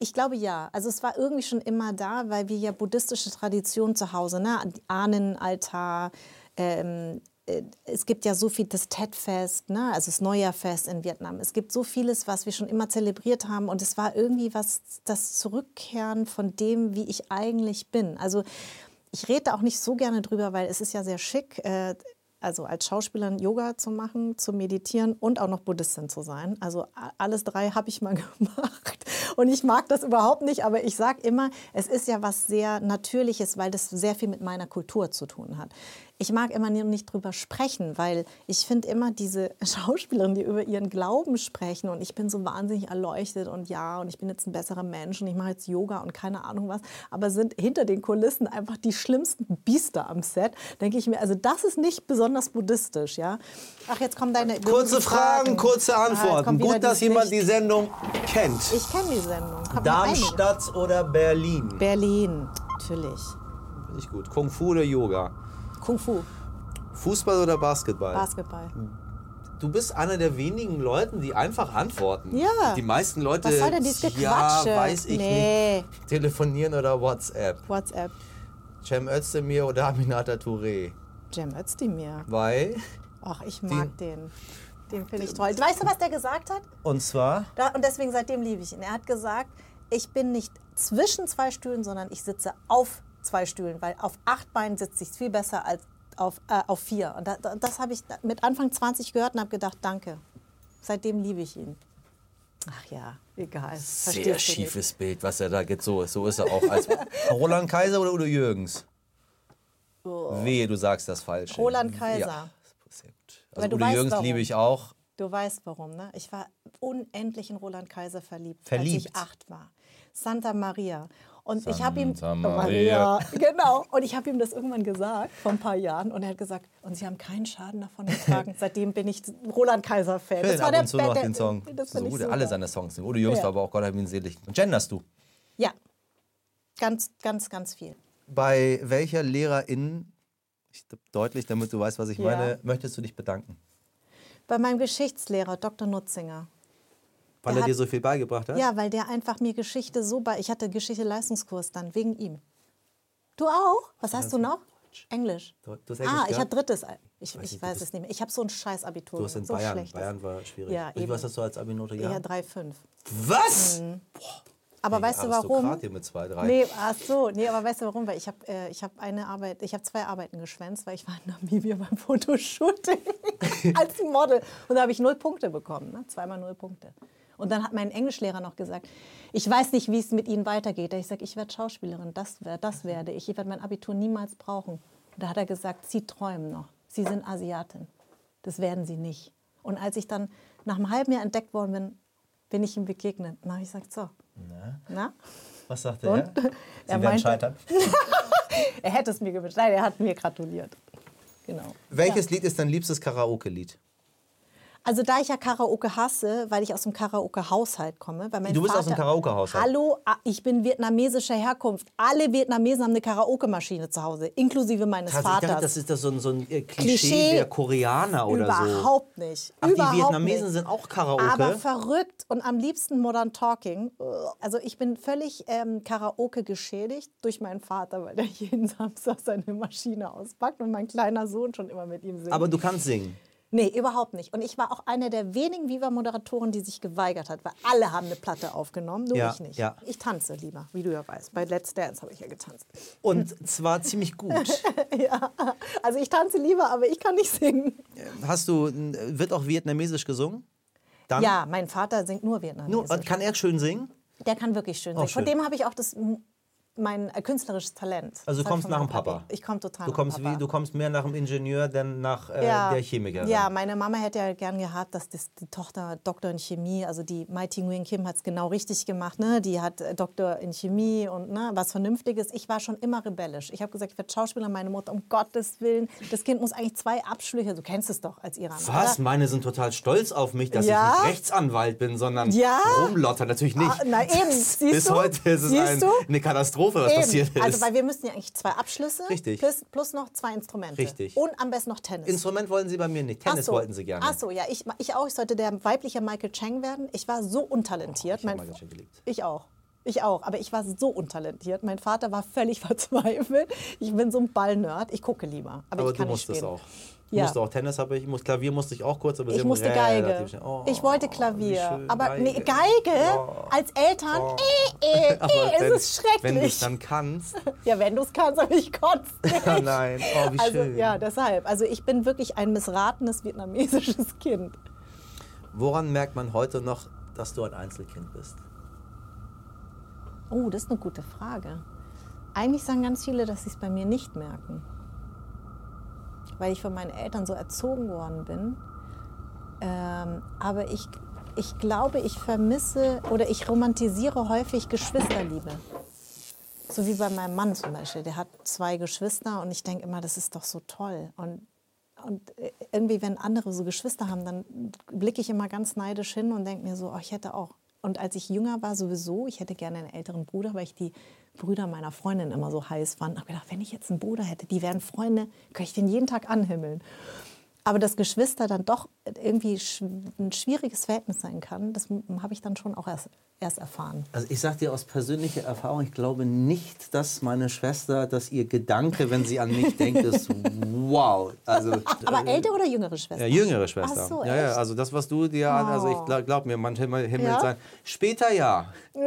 [SPEAKER 1] ich glaube ja. Also es war irgendwie schon immer da, weil wir ja buddhistische Tradition zu Hause, ne? Ahnenaltar, ähm, äh, es gibt ja so viel, das Tet-Fest, ne? also das Neujahrfest in Vietnam. Es gibt so vieles, was wir schon immer zelebriert haben und es war irgendwie was, das Zurückkehren von dem, wie ich eigentlich bin. Also ich rede da auch nicht so gerne drüber, weil es ist ja sehr schick, äh, also als Schauspielerin Yoga zu machen, zu meditieren und auch noch Buddhistin zu sein. Also a- alles drei habe ich mal gemacht. Und ich mag das überhaupt nicht, aber ich sage immer, es ist ja was sehr Natürliches, weil das sehr viel mit meiner Kultur zu tun hat. Ich mag immer nur nicht drüber sprechen, weil ich finde immer diese Schauspielerinnen, die über ihren Glauben sprechen und ich bin so wahnsinnig erleuchtet und ja, und ich bin jetzt ein besserer Mensch und ich mache jetzt Yoga und keine Ahnung was, aber sind hinter den Kulissen einfach die schlimmsten Biester am Set, denke ich mir, also das ist nicht besonders buddhistisch, ja. Ach, jetzt kommen deine
[SPEAKER 2] Kurze
[SPEAKER 1] berühmten
[SPEAKER 2] Fragen, kurze
[SPEAKER 1] Ah, jetzt
[SPEAKER 2] Antworten.
[SPEAKER 1] kommt wieder
[SPEAKER 2] Gut, dass
[SPEAKER 1] die
[SPEAKER 2] jemand
[SPEAKER 1] Pflicht.
[SPEAKER 2] die Sendung kennt.
[SPEAKER 1] Ich kenne die Sendung. Kommt noch einige.
[SPEAKER 2] Darmstadt oder Berlin?
[SPEAKER 1] Berlin, natürlich.
[SPEAKER 2] Finde ich gut. Kung Fu oder Yoga?
[SPEAKER 1] Kung Fu,
[SPEAKER 2] Fußball oder Basketball?
[SPEAKER 1] Basketball.
[SPEAKER 2] Du bist einer der wenigen Leuten, die einfach antworten.
[SPEAKER 1] Ja.
[SPEAKER 2] Die meisten Leute.
[SPEAKER 1] Was soll denn dieses
[SPEAKER 2] Äh, ja,
[SPEAKER 1] Gequatsche?
[SPEAKER 2] weiß ich
[SPEAKER 1] nee.
[SPEAKER 2] nicht. Telefonieren oder WhatsApp.
[SPEAKER 1] WhatsApp.
[SPEAKER 2] Cem Özdemir oder Aminata Touré.
[SPEAKER 1] Cem Özdemir.
[SPEAKER 2] Weil.
[SPEAKER 1] Ach, ich mag den. Den finde ich toll. Weißt du, was der gesagt hat?
[SPEAKER 3] Und zwar?
[SPEAKER 1] Da, und deswegen seitdem liebe ich ihn. Er hat gesagt, ich bin nicht zwischen zwei Stühlen, sondern ich sitze auf zwei Stühlen, weil auf acht Beinen sitze ich viel besser als auf, äh, auf vier. Und da, da, das habe ich mit Anfang 20 gehört und habe gedacht, danke. Seitdem liebe ich ihn. Ach ja, egal.
[SPEAKER 2] Sehr
[SPEAKER 1] Verstehst du nicht.
[SPEAKER 2] schiefes Bild, was er da geht. So, ist- so ist er auch. Als Roland Kaiser oder Udo Jürgens? Wehe, du sagst das falsch.
[SPEAKER 1] Roland Kaiser.
[SPEAKER 2] Ja, sehr gut.
[SPEAKER 1] Weil
[SPEAKER 2] Also
[SPEAKER 1] du
[SPEAKER 2] Udo
[SPEAKER 1] weißt,
[SPEAKER 2] Jürgens
[SPEAKER 1] warum.
[SPEAKER 2] liebe ich auch.
[SPEAKER 1] Du weißt warum, ne? Ich war unendlich in Roland Kaiser verliebt, als
[SPEAKER 2] Verliebt?
[SPEAKER 1] ich acht war. Santa Maria. Und ich habe ihm
[SPEAKER 2] Santa Maria.
[SPEAKER 1] genau. Und ich habe ihm das irgendwann gesagt vor ein paar Jahren und er hat gesagt, und sie haben keinen Schaden davon getragen. Seitdem bin ich Roland Kaiser Fan.
[SPEAKER 2] Fällt ab und zu noch
[SPEAKER 1] der-
[SPEAKER 2] den Song.
[SPEAKER 1] Das
[SPEAKER 2] so
[SPEAKER 1] so, ich
[SPEAKER 2] gut,
[SPEAKER 1] super.
[SPEAKER 2] alle seine Songs. sind. Udo Jürgens
[SPEAKER 1] Ja.
[SPEAKER 2] war aber auch Gott hab ihn selig. Genderst du?
[SPEAKER 1] Ja, ganz, ganz, ganz viel.
[SPEAKER 3] Bei welcher Lehrerin, ich glaub, deutlich, damit du weißt, was ich
[SPEAKER 1] Ja.
[SPEAKER 3] meine, möchtest du dich bedanken?
[SPEAKER 1] Bei meinem Geschichtslehrer Dr. Nutzinger.
[SPEAKER 2] Weil
[SPEAKER 1] Der
[SPEAKER 2] er
[SPEAKER 1] hat-
[SPEAKER 2] dir so viel beigebracht hat?
[SPEAKER 1] Ja, weil der einfach mir Geschichte so bei. Ich hatte Geschichte-Leistungskurs dann wegen ihm. Du auch? Was hast du noch? Englisch.
[SPEAKER 2] Also, Du- du hast Englisch
[SPEAKER 1] ah, ich habe
[SPEAKER 2] gehabt?
[SPEAKER 1] drittes. Al- Ich,
[SPEAKER 2] Weiß
[SPEAKER 1] ich
[SPEAKER 2] nicht,
[SPEAKER 1] weiß
[SPEAKER 2] drittes.
[SPEAKER 1] es nicht mehr. Ich habe so ein scheiß Abitur.
[SPEAKER 2] Du hast
[SPEAKER 1] gemacht,
[SPEAKER 2] in
[SPEAKER 1] so
[SPEAKER 2] Bayern.
[SPEAKER 1] Schlechtes.
[SPEAKER 2] Bayern war schwierig.
[SPEAKER 1] Ja,
[SPEAKER 2] Und
[SPEAKER 1] eben.
[SPEAKER 2] was hast du als Abi-Note
[SPEAKER 1] Ja,
[SPEAKER 2] gehabt?
[SPEAKER 1] 3,5.
[SPEAKER 2] Was?
[SPEAKER 1] Aber weißt du
[SPEAKER 2] Aristokrat
[SPEAKER 1] warum?
[SPEAKER 2] hier mit zwei, drei.
[SPEAKER 1] Nee, ach so, nee, aber weißt du warum? Weil ich habe äh, ich hab eine Arbeit, ich habe zwei Arbeiten geschwänzt, weil ich war in Namibia beim Fotoshooting als Model und da habe ich null Punkte bekommen, ne? zweimal null Punkte. Und dann hat mein Englischlehrer noch gesagt, ich weiß nicht, wie es mit Ihnen weitergeht. Da ich sage, ich werde Schauspielerin, das, wer- das werde ich, ich werde mein Abitur niemals brauchen. Und da hat er gesagt, Sie träumen noch, Sie sind Asiatin, das werden Sie nicht. Und als ich dann nach einem halben Jahr entdeckt worden bin, bin ich ihm begegnet. Na, ich sag so. Na?
[SPEAKER 3] Was sagte
[SPEAKER 1] Und?
[SPEAKER 3] er? Sie
[SPEAKER 1] Er
[SPEAKER 3] werden
[SPEAKER 1] meinte-
[SPEAKER 3] scheitern.
[SPEAKER 1] Er hätte es mir gewünscht. Nein, er hat mir gratuliert. Genau.
[SPEAKER 3] Welches Lied ist dein liebstes Karaoke-Lied?
[SPEAKER 1] Also da ich ja Karaoke hasse, weil ich aus dem Karaoke-Haushalt komme. Weil mein
[SPEAKER 3] Du bist
[SPEAKER 1] Vater,
[SPEAKER 3] aus dem Karaoke-Haushalt?
[SPEAKER 1] Hallo, ah, ich bin vietnamesischer Herkunft. Alle Vietnamesen haben eine Karaoke-Maschine zu Hause, inklusive meines
[SPEAKER 2] Tatsächlich, ich
[SPEAKER 1] Vaters.
[SPEAKER 2] dachte, das ist das so ein, so ein äh, Klischee,
[SPEAKER 1] Klischee.
[SPEAKER 2] der Koreaner oder so.
[SPEAKER 1] Überhaupt nicht.
[SPEAKER 2] Ach, die
[SPEAKER 1] Überhaupt
[SPEAKER 2] Vietnamesen
[SPEAKER 1] nicht.
[SPEAKER 2] sind auch Karaoke?
[SPEAKER 1] Aber verrückt und am liebsten Modern Talking. Also ich bin völlig ähm, Karaoke geschädigt durch meinen Vater, weil der jeden Samstag seine Maschine auspackt und mein kleiner Sohn schon immer mit ihm singt.
[SPEAKER 2] Aber du kannst singen.
[SPEAKER 1] Nee, überhaupt nicht. Und ich war auch eine der wenigen Viva-Moderatoren, die sich geweigert hat, weil alle haben eine Platte aufgenommen, nur
[SPEAKER 2] Ja,
[SPEAKER 1] ich nicht.
[SPEAKER 2] ja.
[SPEAKER 1] Ich tanze lieber, wie du ja weißt. Bei Let's Dance habe ich ja getanzt. Hm.
[SPEAKER 2] Und zwar ziemlich gut.
[SPEAKER 1] ja, also ich tanze lieber, aber ich kann nicht singen.
[SPEAKER 3] Hast du, äh, wird auch vietnamesisch gesungen? Dann?
[SPEAKER 1] Ja, mein Vater singt nur Vietnamesisch.
[SPEAKER 3] Nur, und kann er schön singen?
[SPEAKER 1] Der kann wirklich schön
[SPEAKER 3] Auch
[SPEAKER 1] singen. Von
[SPEAKER 3] schön.
[SPEAKER 1] dem habe ich auch das, mein äh, künstlerisches Talent.
[SPEAKER 3] Also du
[SPEAKER 1] Das hat
[SPEAKER 3] kommst
[SPEAKER 1] von
[SPEAKER 3] nach
[SPEAKER 1] meinem
[SPEAKER 3] dem Papa.
[SPEAKER 1] Papi. Ich komme total
[SPEAKER 3] Du kommst,
[SPEAKER 1] nach dem
[SPEAKER 3] wie,
[SPEAKER 1] Papa.
[SPEAKER 3] du kommst mehr nach dem Ingenieur, denn nach äh, der Chemikerin.
[SPEAKER 1] Ah, Ja, meine Mama hätte ja gern gehabt, dass das, die Tochter Doktor in Chemie, also die Mai Ting Nguyen Kim hat es genau richtig gemacht. Ne? Die hat äh, Doktor in Chemie und ne, was Vernünftiges. Ich war schon immer rebellisch. Ich habe gesagt, ich werde Schauspielerin, meine Mutter, um Gottes Willen. Das Kind muss eigentlich zwei Abschlüsse, du kennst es doch als Iran.
[SPEAKER 2] Was?
[SPEAKER 1] oder?
[SPEAKER 2] Meine sind total stolz auf mich, dass
[SPEAKER 1] Ja?
[SPEAKER 2] ich nicht Rechtsanwalt bin, sondern
[SPEAKER 1] Ja?
[SPEAKER 2] rumlotter. Natürlich nicht.
[SPEAKER 1] Ah, na eben, siehst
[SPEAKER 2] Bis
[SPEAKER 1] du?
[SPEAKER 2] heute ist es
[SPEAKER 1] Siehst
[SPEAKER 2] ein,
[SPEAKER 1] du?
[SPEAKER 2] eine Katastrophe, was
[SPEAKER 1] Eben.
[SPEAKER 2] passiert ist.
[SPEAKER 1] Also, weil wir müssen ja eigentlich zwei Abschlüsse
[SPEAKER 3] Richtig.
[SPEAKER 1] Plus, plus noch zwei Instrumente.
[SPEAKER 3] Richtig.
[SPEAKER 1] Und am besten noch Tennis.
[SPEAKER 3] Instrument wollen sie bei mir nicht. Tennis
[SPEAKER 1] Ach so.
[SPEAKER 3] wollten sie gerne.
[SPEAKER 1] Ach so, ja, ich, ich auch. Ich sollte der weibliche Michael Chang werden. Ich war so untalentiert.
[SPEAKER 3] ich hab
[SPEAKER 1] Mein-
[SPEAKER 3] Michael Chang geliebt.
[SPEAKER 1] Ich auch. Ich auch, aber ich war so untalentiert. Mein Vater war völlig verzweifelt. Ich bin so ein Ballnerd. Ich gucke lieber. Aber,
[SPEAKER 4] Aber
[SPEAKER 1] ich
[SPEAKER 4] du
[SPEAKER 1] kann
[SPEAKER 4] musst
[SPEAKER 1] nicht
[SPEAKER 4] es
[SPEAKER 1] spielen.
[SPEAKER 4] auch. Du
[SPEAKER 1] Ja.
[SPEAKER 4] musst auch Tennis, habe ich, muss, Klavier musste ich auch kurz, aber
[SPEAKER 1] Ich
[SPEAKER 4] sehr
[SPEAKER 1] musste
[SPEAKER 4] relativ
[SPEAKER 1] Geige.
[SPEAKER 4] schnell. Oh,
[SPEAKER 1] ich wollte
[SPEAKER 4] wie
[SPEAKER 1] Klavier.
[SPEAKER 4] schön,
[SPEAKER 1] aber nee, Geige
[SPEAKER 4] Oh.
[SPEAKER 1] als Eltern,
[SPEAKER 4] Oh.
[SPEAKER 1] eh, eh, eh,
[SPEAKER 4] wenn-
[SPEAKER 1] es ist
[SPEAKER 4] Wenn du es
[SPEAKER 1] schrecklich.
[SPEAKER 4] dann kannst.
[SPEAKER 1] ja, wenn du es kannst, aber ich konnte nicht.
[SPEAKER 4] Oh nein, oh, wie
[SPEAKER 1] also,
[SPEAKER 4] schön.
[SPEAKER 1] Ja, deshalb. Also ich bin wirklich ein missratenes vietnamesisches Kind.
[SPEAKER 4] Woran merkt man heute noch, dass du ein Einzelkind bist?
[SPEAKER 1] Oh, das ist eine gute Frage. Eigentlich sagen ganz viele, dass sie es bei mir nicht merken. Weil ich von meinen Eltern so erzogen worden bin. Ähm, aber ich, ich glaube, ich vermisse oder ich romantisiere häufig Geschwisterliebe. So wie bei meinem Mann zum Beispiel. Der hat zwei Geschwister und ich denke immer, das ist doch so toll. Und, und irgendwie, wenn andere so Geschwister haben, dann blicke ich immer ganz neidisch hin und denke mir so, oh, ich hätte auch. Und als ich jünger war, sowieso, ich hätte gerne einen älteren Bruder, weil ich die Brüder meiner Freundin immer so heiß fand. Hab gedacht, wenn ich jetzt einen Bruder hätte, die wären Freunde, könnte ich den jeden Tag anhimmeln. Aber dass Geschwister dann doch irgendwie sch ein schwieriges Verhältnis sein kann, das m- habe ich dann schon auch erst, erst erfahren.
[SPEAKER 2] Also ich sag dir aus persönlicher Erfahrung, ich glaube nicht, dass meine Schwester, dass ihr Gedanke, wenn sie an mich denkt, ist wow. Also
[SPEAKER 1] Aber ältere oder jüngere Schwester?
[SPEAKER 4] Ja, jüngere Schwester.
[SPEAKER 1] Ach so,
[SPEAKER 4] ja, ja,
[SPEAKER 1] echt?
[SPEAKER 4] also das, was du dir an, also ich glaub, glaub mir, man himmelt himmelt
[SPEAKER 1] Ja?
[SPEAKER 4] sein. Später ja.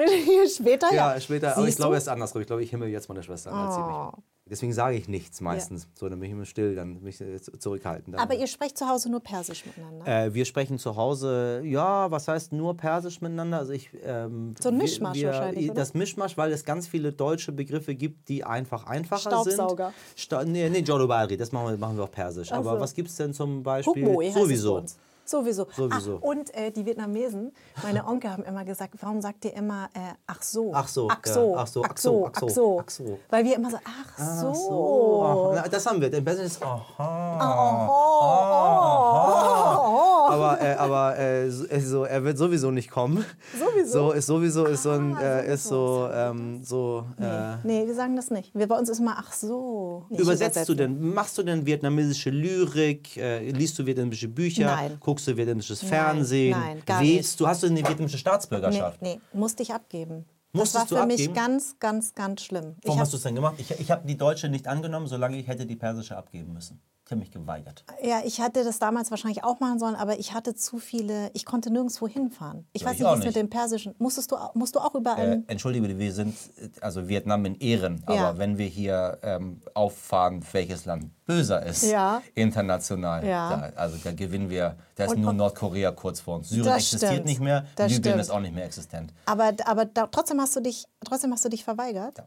[SPEAKER 1] später, ja.
[SPEAKER 4] Ja, später, aber
[SPEAKER 1] Siehst
[SPEAKER 4] ich glaube,
[SPEAKER 1] du? Oh.
[SPEAKER 4] es ist andersrum. Ich glaube, ich himmel jetzt meine Schwester an als sie mich. Deswegen sage ich nichts meistens. So, dann bin ich immer still, dann bin ich äh, zu- zurückhaltend. Dann-
[SPEAKER 1] Aber ihr sprecht zu Hause nur Persisch miteinander.
[SPEAKER 2] Äh, wir sprechen zu Hause, ja, was heißt nur Persisch miteinander? Also ich, ähm,
[SPEAKER 1] So ein
[SPEAKER 2] wir-
[SPEAKER 1] Mischmasch
[SPEAKER 2] wir,
[SPEAKER 1] wahrscheinlich, oder?
[SPEAKER 2] Das Mischmasch, weil es ganz viele deutsche Begriffe gibt, die einfach einfacher
[SPEAKER 1] Staubsauger.
[SPEAKER 2] sind. Staubsauger. Nee, nee Jolubari, das machen wir, machen wir auf Persisch. Aber
[SPEAKER 1] so.
[SPEAKER 2] was gibt es denn zum Beispiel?
[SPEAKER 1] Hukboi heißt es bei
[SPEAKER 2] Sowieso.
[SPEAKER 1] uns. Sowieso.
[SPEAKER 2] Sowieso.
[SPEAKER 1] Ach, und äh, die Vietnamesen, meine Onkel haben immer gesagt, warum sagt ihr immer äh, ach so?
[SPEAKER 2] Ach so,
[SPEAKER 1] ach
[SPEAKER 2] ja,
[SPEAKER 1] so,
[SPEAKER 2] ach so,
[SPEAKER 1] ach so, ach so,
[SPEAKER 2] ach so.
[SPEAKER 1] Weil wir immer so, ach so.
[SPEAKER 2] Ach so. Aha, das haben wir. Im Persisch ist Oh. aha.
[SPEAKER 4] aber äh, aber äh, so, äh, so, er wird sowieso nicht kommen.
[SPEAKER 1] Sowieso?
[SPEAKER 4] So ist sowieso ist so ein
[SPEAKER 1] Ah,
[SPEAKER 4] äh, ist so ähm, so äh,
[SPEAKER 1] Nee, wir sagen das nicht. Wir, bei uns ist immer ach so. Nicht
[SPEAKER 2] Übersetzt du
[SPEAKER 1] übersetzen.
[SPEAKER 2] denn, machst du denn vietnamesische Lyrik, äh, liest du vietnamesische Bücher,
[SPEAKER 1] Nein.
[SPEAKER 2] guckst du vietnamesisches Fernsehen,
[SPEAKER 1] nein, gar
[SPEAKER 2] wählst du, hast du eine vietnamesische
[SPEAKER 1] Nee,
[SPEAKER 2] Staatsbürgerschaft?
[SPEAKER 1] nee, musste ich abgeben.
[SPEAKER 2] Musstest
[SPEAKER 1] das war
[SPEAKER 2] du
[SPEAKER 1] für mich
[SPEAKER 2] abgeben?
[SPEAKER 1] ganz, ganz, ganz schlimm. Ich
[SPEAKER 2] Warum
[SPEAKER 1] hab,
[SPEAKER 2] hast du es denn gemacht? Ich, ich habe die deutsche nicht angenommen, solange ich hätte die persische abgeben müssen. Ich habe mich geweigert.
[SPEAKER 1] ja, ich hatte das damals wahrscheinlich auch machen sollen, aber ich hatte zu viele, ich konnte nirgendwo hinfahren. Ich
[SPEAKER 2] Ja,
[SPEAKER 1] weiß
[SPEAKER 2] ich
[SPEAKER 1] nicht,
[SPEAKER 2] auch
[SPEAKER 1] wie es mit
[SPEAKER 2] nicht.
[SPEAKER 1] dem Persischen. Musstest du, au- musst du auch überall.
[SPEAKER 2] Äh, entschuldige bitte, wir sind äh, also Vietnam in Ehren,
[SPEAKER 1] Ähm, Ja.
[SPEAKER 2] aber wenn wir hier ähm, auffahren, welches Land böser ist,
[SPEAKER 1] Ja.
[SPEAKER 2] international,
[SPEAKER 1] Ja.
[SPEAKER 2] da, also da gewinnen wir, da ist
[SPEAKER 1] Und-
[SPEAKER 2] nur
[SPEAKER 1] und-
[SPEAKER 2] Nordkorea kurz vor uns. Syrien
[SPEAKER 1] Das
[SPEAKER 2] existiert
[SPEAKER 1] stimmt.
[SPEAKER 2] nicht mehr,
[SPEAKER 1] Das
[SPEAKER 2] Libyen
[SPEAKER 1] stimmt.
[SPEAKER 2] ist auch nicht mehr existent.
[SPEAKER 1] Aber, aber da, trotzdem, hast du dich, trotzdem hast du dich verweigert?
[SPEAKER 2] Ja.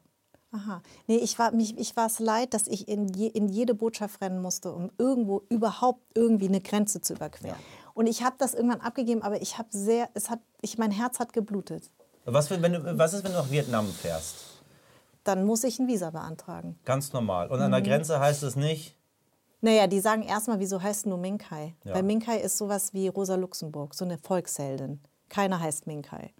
[SPEAKER 1] Aha. Nee, ich war mich, ich war es leid, dass ich in, je, in jede Botschaft rennen musste, um irgendwo überhaupt irgendwie eine Grenze zu überqueren. Und ich habe das irgendwann abgegeben, aber ich habe sehr, es hat, ich, mein Herz hat geblutet.
[SPEAKER 2] Was, wenn- wenn du, was ist, wenn du nach Vietnam fährst?
[SPEAKER 1] Dann muss ich ein Visa beantragen.
[SPEAKER 2] Ganz normal. Und an
[SPEAKER 1] Mhm.
[SPEAKER 2] der Grenze heißt es nicht,
[SPEAKER 1] Naja, die sagen erstmal, wieso heißt du Minkai?
[SPEAKER 2] Ja.
[SPEAKER 1] Weil Minkai ist sowas wie Rosa Luxemburg, so eine Volksheldin. Keiner heißt Minkai.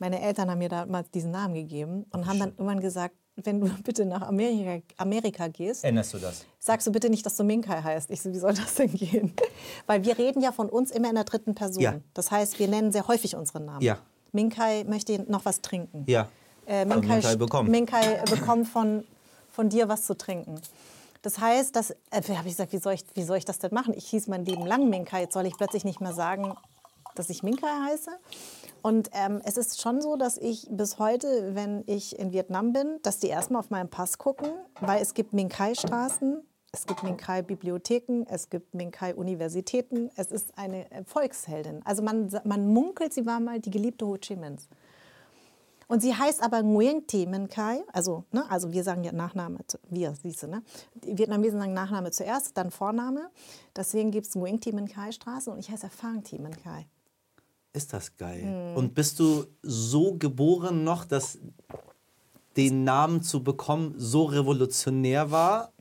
[SPEAKER 1] Meine Eltern haben mir damals diesen Namen gegeben und haben dann irgendwann gesagt, wenn du bitte nach Amerika, Amerika gehst,
[SPEAKER 2] änderst du das.
[SPEAKER 1] sagst du bitte nicht, dass du Minkai heißt. Ich so, wie soll das denn gehen? Weil wir reden ja von uns immer in der dritten Person.
[SPEAKER 2] Ja.
[SPEAKER 1] Das heißt, wir nennen sehr häufig unseren Namen.
[SPEAKER 2] Ja.
[SPEAKER 1] Minkai möchte noch was trinken.
[SPEAKER 2] Ja.
[SPEAKER 1] Äh,
[SPEAKER 2] Also
[SPEAKER 1] Minkai,
[SPEAKER 2] Minkai bekommen.
[SPEAKER 1] Minkai bekommt äh, von, von dir was zu trinken. Das heißt, dass, äh, habe ich gesagt, wie soll ich, wie soll ich das denn machen? Ich hieß mein Leben lang Minkai. Jetzt soll ich plötzlich nicht mehr sagen, dass ich Minkai heiße. Und ähm, es ist schon so, dass ich bis heute, wenn ich in Vietnam bin, dass die erstmal auf meinen Pass gucken, weil es gibt Minkai-Straßen, es gibt Minkai-Bibliotheken, es gibt Minkai-Universitäten. Es ist eine äh, Volksheldin. Also man, sa- man munkelt, sie war mal die geliebte Ho Chi Minhs. Und sie heißt aber Nguyen Thi Minh Khai, also, ne, also wir sagen ja Nachname, zu, wir, siehst du, ne? Die Vietnamesen sagen Nachname zuerst, dann Vorname. Deswegen gibt es Nguyen Thi Minh Khai Straße und ich heiße Phang Thi Minh Khai.
[SPEAKER 2] Ist das geil.
[SPEAKER 1] Mhm.
[SPEAKER 2] Und bist du so geboren noch, dass den Namen zu bekommen so revolutionär war?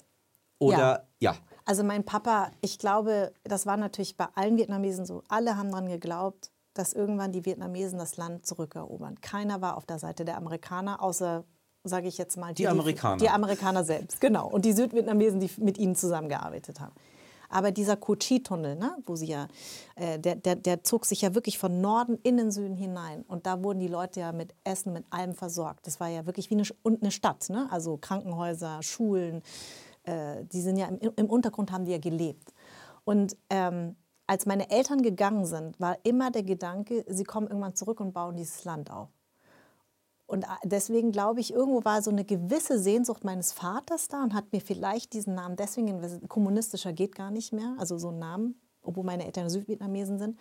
[SPEAKER 2] Oder ja.
[SPEAKER 1] Also mein Papa, ich glaube, das war natürlich bei allen Vietnamesen so. Alle haben daran geglaubt, dass irgendwann die Vietnamesen das Land zurückerobern. Keiner war auf der Seite der Amerikaner, außer, sage ich jetzt mal,
[SPEAKER 2] Die Amerikaner.
[SPEAKER 1] Die Amerikaner selbst, genau. Und die Südvietnamesen, die mit ihnen zusammengearbeitet haben. Aber dieser Kochi-Tunnel, ne, wo sie ja, äh, der, der, der zog sich ja wirklich von Norden in den Süden hinein. Und da wurden die Leute ja mit Essen, mit allem versorgt. Das war ja wirklich wie eine, und eine Stadt, ne? also Krankenhäuser, Schulen. Äh, die sind ja im, im Untergrund haben die ja gelebt. Und ähm, als meine Eltern gegangen sind, war immer der Gedanke, sie kommen irgendwann zurück und bauen dieses Land auf. Und äh, deswegen glaube ich, irgendwo war so eine gewisse Sehnsucht meines Vaters da und hat mir vielleicht diesen Namen deswegen, kommunistischer geht gar nicht mehr, also so ein Namen, obwohl meine Eltern Südvietnamesen sind.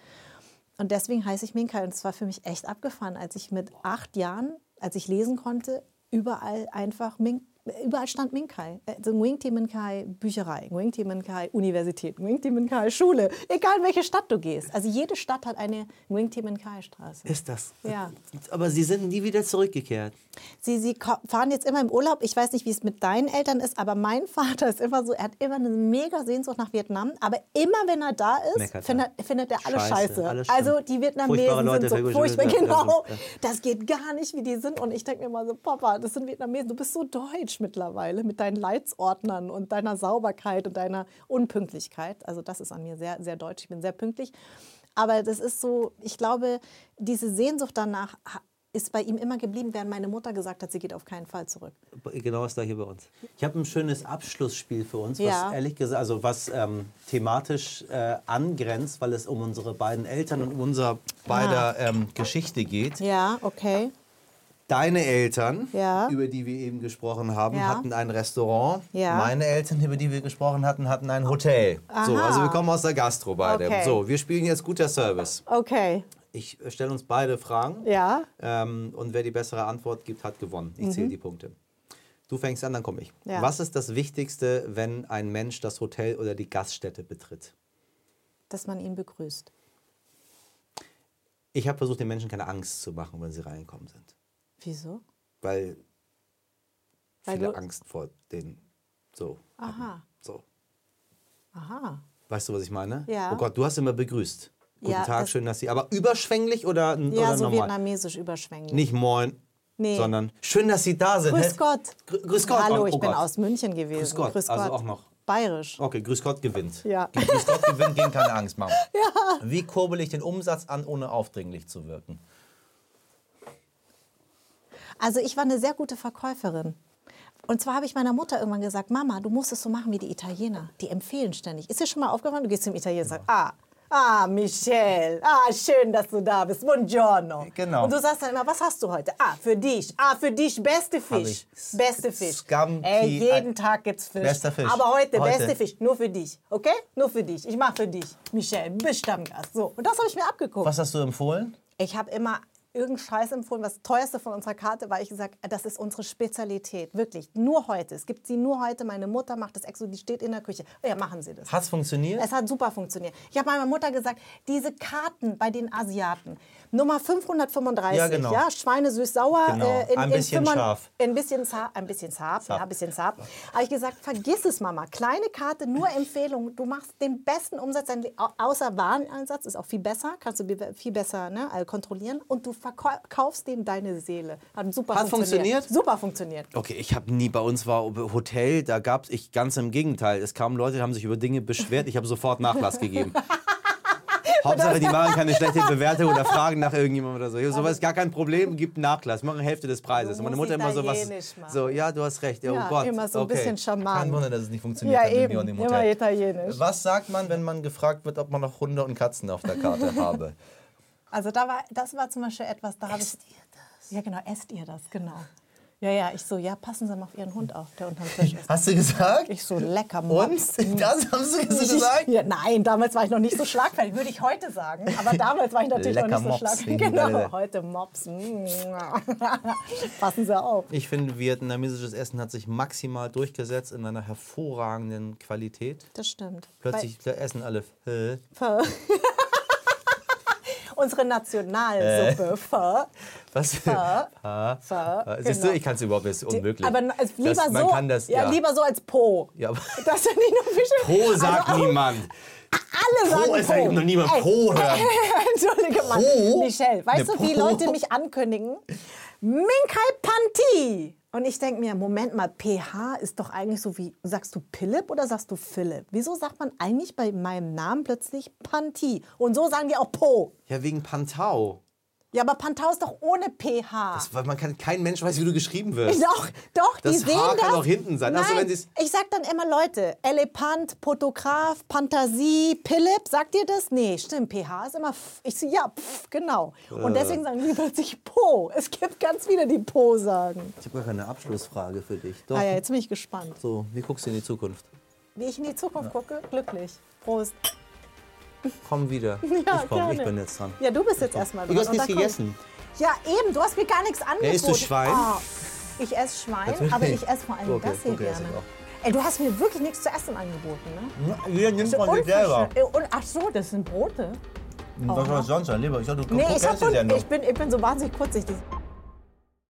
[SPEAKER 1] Und deswegen heiße ich Minka. Und es war für mich echt abgefahren, als ich mit acht Jahren, als ich lesen konnte, überall einfach Minka überall stand Minkai. Also Nguyen Minkai Bücherei, Nguyen Minkai Universität, Nguyen Minkai Schule. Egal in welche Stadt du gehst. Also jede Stadt hat eine Nguyen Minkai Straße.
[SPEAKER 2] Ist das?
[SPEAKER 1] Ja.
[SPEAKER 2] Aber sie sind nie wieder zurückgekehrt.
[SPEAKER 1] Sie, sie fahren jetzt immer im Urlaub. Ich weiß nicht, wie es mit deinen Eltern ist, aber mein Vater ist immer so, er hat immer eine mega Sehnsucht nach Vietnam. Aber immer wenn er da ist,
[SPEAKER 2] Meckert
[SPEAKER 1] findet, findet er alles
[SPEAKER 2] Scheiße,
[SPEAKER 1] scheiße.
[SPEAKER 2] alles stimmt.
[SPEAKER 1] also die
[SPEAKER 2] Furchtbare
[SPEAKER 1] Vietnamesen
[SPEAKER 2] Leute,
[SPEAKER 1] sind so
[SPEAKER 2] wirklich
[SPEAKER 1] furchtbar,
[SPEAKER 2] schlimm, ja,
[SPEAKER 1] genau.
[SPEAKER 2] das ist,
[SPEAKER 1] Das geht gar nicht, wie die sind. Und ich denke mir mal so, Papa, das sind Vietnamesen, du bist so deutsch mittlerweile mit deinen Leitsordnern und deiner Sauberkeit und deiner Unpünktlichkeit. Also das ist an mir sehr, sehr deutsch, ich bin sehr pünktlich. Aber das ist so, ich glaube, diese Sehnsucht danach ha- ist bei ihm immer geblieben, während meine Mutter gesagt hat, sie geht auf keinen Fall zurück.
[SPEAKER 2] Genau das gleiche bei uns. Ich habe ein schönes Abschlussspiel für uns,
[SPEAKER 1] Ja.
[SPEAKER 2] was ehrlich gesagt, also was ähm, thematisch äh, angrenzt, weil es um unsere beiden Eltern und um unser beider
[SPEAKER 1] Ah.
[SPEAKER 2] ähm, Geschichte geht.
[SPEAKER 1] Ja, okay.
[SPEAKER 2] Deine Eltern,
[SPEAKER 1] Ja.
[SPEAKER 2] über die wir eben gesprochen haben,
[SPEAKER 1] Ja.
[SPEAKER 2] hatten ein Restaurant.
[SPEAKER 1] Ja.
[SPEAKER 2] Meine Eltern, über die wir gesprochen hatten, hatten ein Hotel. So,
[SPEAKER 1] Aha.
[SPEAKER 2] also wir kommen aus der Gastro beide.
[SPEAKER 1] Okay.
[SPEAKER 2] So, wir spielen jetzt guter Service.
[SPEAKER 1] Okay.
[SPEAKER 2] Ich stelle uns beide Fragen.
[SPEAKER 1] Ja,
[SPEAKER 2] Ähm, und wer die bessere Antwort gibt, hat gewonnen. Ich zähle die Punkte. Du fängst an, dann komme ich.
[SPEAKER 1] Mhm. Ja.
[SPEAKER 2] Was ist das Wichtigste, wenn ein Mensch das Hotel oder die Gaststätte betritt?
[SPEAKER 1] dass man ihn begrüßt.
[SPEAKER 2] Ich habe versucht, den Menschen keine Angst zu machen, wenn sie reingekommen sind.
[SPEAKER 1] Wieso?
[SPEAKER 2] Weil,
[SPEAKER 1] Weil
[SPEAKER 2] viele
[SPEAKER 1] du-
[SPEAKER 2] Angst vor den so.
[SPEAKER 1] Aha.
[SPEAKER 2] so.
[SPEAKER 1] Aha.
[SPEAKER 2] Weißt du, was ich meine?
[SPEAKER 1] Ja.
[SPEAKER 2] Oh Gott, du hast immer begrüßt. Guten
[SPEAKER 1] Ja,
[SPEAKER 2] Tag,
[SPEAKER 1] das-
[SPEAKER 2] schön, dass Sie. Aber überschwänglich oder,
[SPEAKER 1] Ja,
[SPEAKER 2] oder
[SPEAKER 1] so
[SPEAKER 2] normal?
[SPEAKER 1] vietnamesisch überschwänglich.
[SPEAKER 2] Nicht moin,
[SPEAKER 1] Nee.
[SPEAKER 2] sondern schön, dass Sie da sind.
[SPEAKER 1] Grüß
[SPEAKER 2] Hätt-
[SPEAKER 1] Gott.
[SPEAKER 2] Grü- Grüß Gott.
[SPEAKER 1] Hallo,
[SPEAKER 2] oh,
[SPEAKER 1] ich
[SPEAKER 2] oh
[SPEAKER 1] bin
[SPEAKER 2] Gott.
[SPEAKER 1] aus München gewesen.
[SPEAKER 2] Grüß Gott, also auch Oh. noch.
[SPEAKER 1] Bayerisch.
[SPEAKER 2] Okay, Grüß Gott gewinnt.
[SPEAKER 1] Ja.
[SPEAKER 2] Gegen Grüß Gott gewinnt gegen keine Angst machen. Wie kurbel ich den Umsatz an, ohne aufdringlich zu wirken?
[SPEAKER 1] Also ich war eine sehr gute Verkäuferin. Und zwar habe ich meiner Mutter irgendwann gesagt, Mama, du musst es so machen wie die Italiener. Die empfehlen ständig. Ist dir schon mal aufgefallen, du gehst zum Italiener und sagst, ah, ah, Michelle, ah, schön, dass du da bist, buongiorno.
[SPEAKER 2] Genau.
[SPEAKER 1] Und du sagst dann immer, was hast du heute? Ah, für dich, ah, für dich, beste Fisch,
[SPEAKER 2] ich.
[SPEAKER 1] beste Fisch.
[SPEAKER 2] Scampi- äh,
[SPEAKER 1] Ey, jeden Tag gibt's Fisch.
[SPEAKER 2] Bester Fisch.
[SPEAKER 1] Aber heute,
[SPEAKER 2] Heute.
[SPEAKER 1] beste Fisch, nur für dich, okay? Nur für dich, ich mache für dich, Michelle, bist Stammgast. So, und das habe ich mir abgeguckt.
[SPEAKER 2] Was hast du empfohlen?
[SPEAKER 1] Ich habe immer irgendeinen Scheiß empfohlen, was teuerste von unserer Karte war. Ich gesagt, das ist unsere Spezialität, wirklich. Nur heute. Es gibt sie nur heute. Meine Mutter macht das extra, die steht in der Küche. Ja, machen Sie das.
[SPEAKER 2] Hat's funktioniert?
[SPEAKER 1] Es hat super funktioniert. Ich habe meiner Mutter gesagt, diese Karten bei den Asiaten, Nummer 535,
[SPEAKER 2] Ja, genau.
[SPEAKER 1] schweinesüß sauer,
[SPEAKER 2] Genau.
[SPEAKER 1] äh, in,
[SPEAKER 2] Ein bisschen
[SPEAKER 1] in fünfund-
[SPEAKER 2] scharf.
[SPEAKER 1] Ein bisschen zar, ein bisschen zarb, ja, ein bisschen zarb. Habe ich gesagt, vergiss es, Mama. Kleine Karte, nur Empfehlung. Du machst den besten Umsatz, dein Le- au- außer Wareneinsatz ist auch viel besser, kannst du be- viel besser ne, äh, kontrollieren und du verkaufst denen deine Seele. Hat super
[SPEAKER 2] Hat funktioniert?
[SPEAKER 1] Super funktioniert.
[SPEAKER 2] Okay, ich habe nie, bei uns war Hotel, da gab es, ich ganz im Gegenteil, es kamen Leute, die haben sich über Dinge beschwert, ich habe sofort Nachlass gegeben. Hauptsache, die machen keine schlechte Bewertung oder fragen nach irgendjemandem oder so. Ich hab So was gar kein Problem, gibt Nachlass, machen Hälfte des Preises.
[SPEAKER 1] Also Du
[SPEAKER 2] Und meine
[SPEAKER 1] musst
[SPEAKER 2] Mutter immer so was,
[SPEAKER 1] italienisch machen.
[SPEAKER 2] so, ja, du hast recht, ja, oh
[SPEAKER 1] Ja,
[SPEAKER 2] Gott.
[SPEAKER 1] immer so ein
[SPEAKER 2] okay.
[SPEAKER 1] bisschen charmant.
[SPEAKER 2] Kein Wunder, dass es nicht funktioniert
[SPEAKER 1] Ja,
[SPEAKER 2] hat mit mir
[SPEAKER 1] eben,
[SPEAKER 2] und dem
[SPEAKER 1] immer
[SPEAKER 2] Hotel.
[SPEAKER 1] italienisch.
[SPEAKER 2] Was sagt man, wenn man gefragt wird, ob man noch Hunde und Katzen auf der Karte habe?
[SPEAKER 1] Also da war, das war zum Beispiel etwas, da habe ich... ihr das? Ja, genau, esst ihr das, genau. Ja, ja, ich so, ja, passen Sie mal auf Ihren Hund auf, der unterm Tisch ist.
[SPEAKER 2] Hast du gesagt?
[SPEAKER 1] Ich so, lecker,
[SPEAKER 2] und?
[SPEAKER 1] Mops.
[SPEAKER 2] Das hast du gesagt?
[SPEAKER 1] Ja, nein, damals war ich noch nicht so schlagfertig, würde ich heute sagen. Aber damals war ich natürlich
[SPEAKER 2] Lecker
[SPEAKER 1] noch nicht so
[SPEAKER 2] Mops,
[SPEAKER 1] schlagfertig.
[SPEAKER 2] wegen
[SPEAKER 1] Genau,
[SPEAKER 2] Bälle.
[SPEAKER 1] heute Mops. mm. passen Sie auf.
[SPEAKER 2] Ich finde, vietnamesisches Essen hat sich maximal durchgesetzt in einer hervorragenden Qualität.
[SPEAKER 1] Das stimmt.
[SPEAKER 2] Plötzlich essen alle. Hä?
[SPEAKER 1] Pho. Unsere
[SPEAKER 2] Äh,
[SPEAKER 1] Nationalsuppe. Pho.
[SPEAKER 2] Was? Ha?
[SPEAKER 1] Pho.
[SPEAKER 2] Ha? Siehst
[SPEAKER 1] genau.
[SPEAKER 2] du, ich kann es überhaupt nicht, ist unmöglich.
[SPEAKER 1] Aber n- als- lieber
[SPEAKER 2] das, man
[SPEAKER 1] so,
[SPEAKER 2] kann das,
[SPEAKER 1] ja,
[SPEAKER 2] ja.
[SPEAKER 1] lieber so als Po.
[SPEAKER 2] Ja, aber-
[SPEAKER 1] Das ist ja nicht nur Fische.
[SPEAKER 2] Pro sagt
[SPEAKER 1] also auch
[SPEAKER 2] niemand.
[SPEAKER 1] Alle sagen Äh,
[SPEAKER 2] Pro ist ja eben noch niemand Pro hören.
[SPEAKER 1] Entschuldige mal,
[SPEAKER 2] Pro?
[SPEAKER 1] Michelle, weißt
[SPEAKER 2] Eine
[SPEAKER 1] du, wie
[SPEAKER 2] Pro?
[SPEAKER 1] Leute mich ankündigen? Minkai Panti. Und ich denke mir, Moment mal, PH ist doch eigentlich so wie, sagst du Philipp oder sagst du Philipp? Wieso sagt man eigentlich bei meinem Namen plötzlich Panti? Und so sagen die auch Po.
[SPEAKER 2] Ja, wegen Pantau.
[SPEAKER 1] Ja, aber Pantau ist doch ohne PH.
[SPEAKER 2] Das, weil man kann, kein Mensch weiß, wie du geschrieben wirst.
[SPEAKER 1] Doch, doch,
[SPEAKER 2] Das
[SPEAKER 1] die sehen
[SPEAKER 2] Haar
[SPEAKER 1] das.
[SPEAKER 2] kann auch hinten sein.
[SPEAKER 1] Nein,
[SPEAKER 2] Ach so, wenn sie's-
[SPEAKER 1] ich sag dann immer Leute, Elepant, Potograf, Fantasie, Philipp, sagt ihr das? Nee, stimmt, PH ist immer F. Ich so, ja, pf, genau.
[SPEAKER 2] Äh.
[SPEAKER 1] Und deswegen sagen die plötzlich Po. Es gibt ganz viele, die Po sagen.
[SPEAKER 2] Ich habe gar keine Abschlussfrage für dich. Doch.
[SPEAKER 1] Ah ja, jetzt bin ich gespannt.
[SPEAKER 2] So, wie guckst du in die Zukunft?
[SPEAKER 1] Wie ich in die Zukunft gucke, glücklich. Prost.
[SPEAKER 2] Komm wieder.
[SPEAKER 1] Ja,
[SPEAKER 2] ich komm, ich
[SPEAKER 1] gerne.
[SPEAKER 2] bin jetzt dran.
[SPEAKER 1] Ja, du bist jetzt erstmal dran.
[SPEAKER 2] Du hast
[SPEAKER 1] Und
[SPEAKER 2] nichts
[SPEAKER 1] dann komm-
[SPEAKER 2] gegessen.
[SPEAKER 1] Ja, eben, du hast mir gar nichts angeboten.
[SPEAKER 2] isst du Schwein?
[SPEAKER 1] Ah, ich esse Schwein, aber ich esse vor allem
[SPEAKER 2] Okay,
[SPEAKER 1] das hier
[SPEAKER 2] okay, esse ich
[SPEAKER 1] gerne.
[SPEAKER 2] auch.
[SPEAKER 1] Ey, du hast mir wirklich nichts zu essen angeboten, ne?
[SPEAKER 2] Jeder nimmt
[SPEAKER 1] Und Fische. Äh, Und, ach so, das sind Brote.
[SPEAKER 2] Was soll sonst sein? Leber. Ich dachte, du
[SPEAKER 1] Nee, ich, hab, schon- ich, bin, ich bin so wahnsinnig kurzsichtig.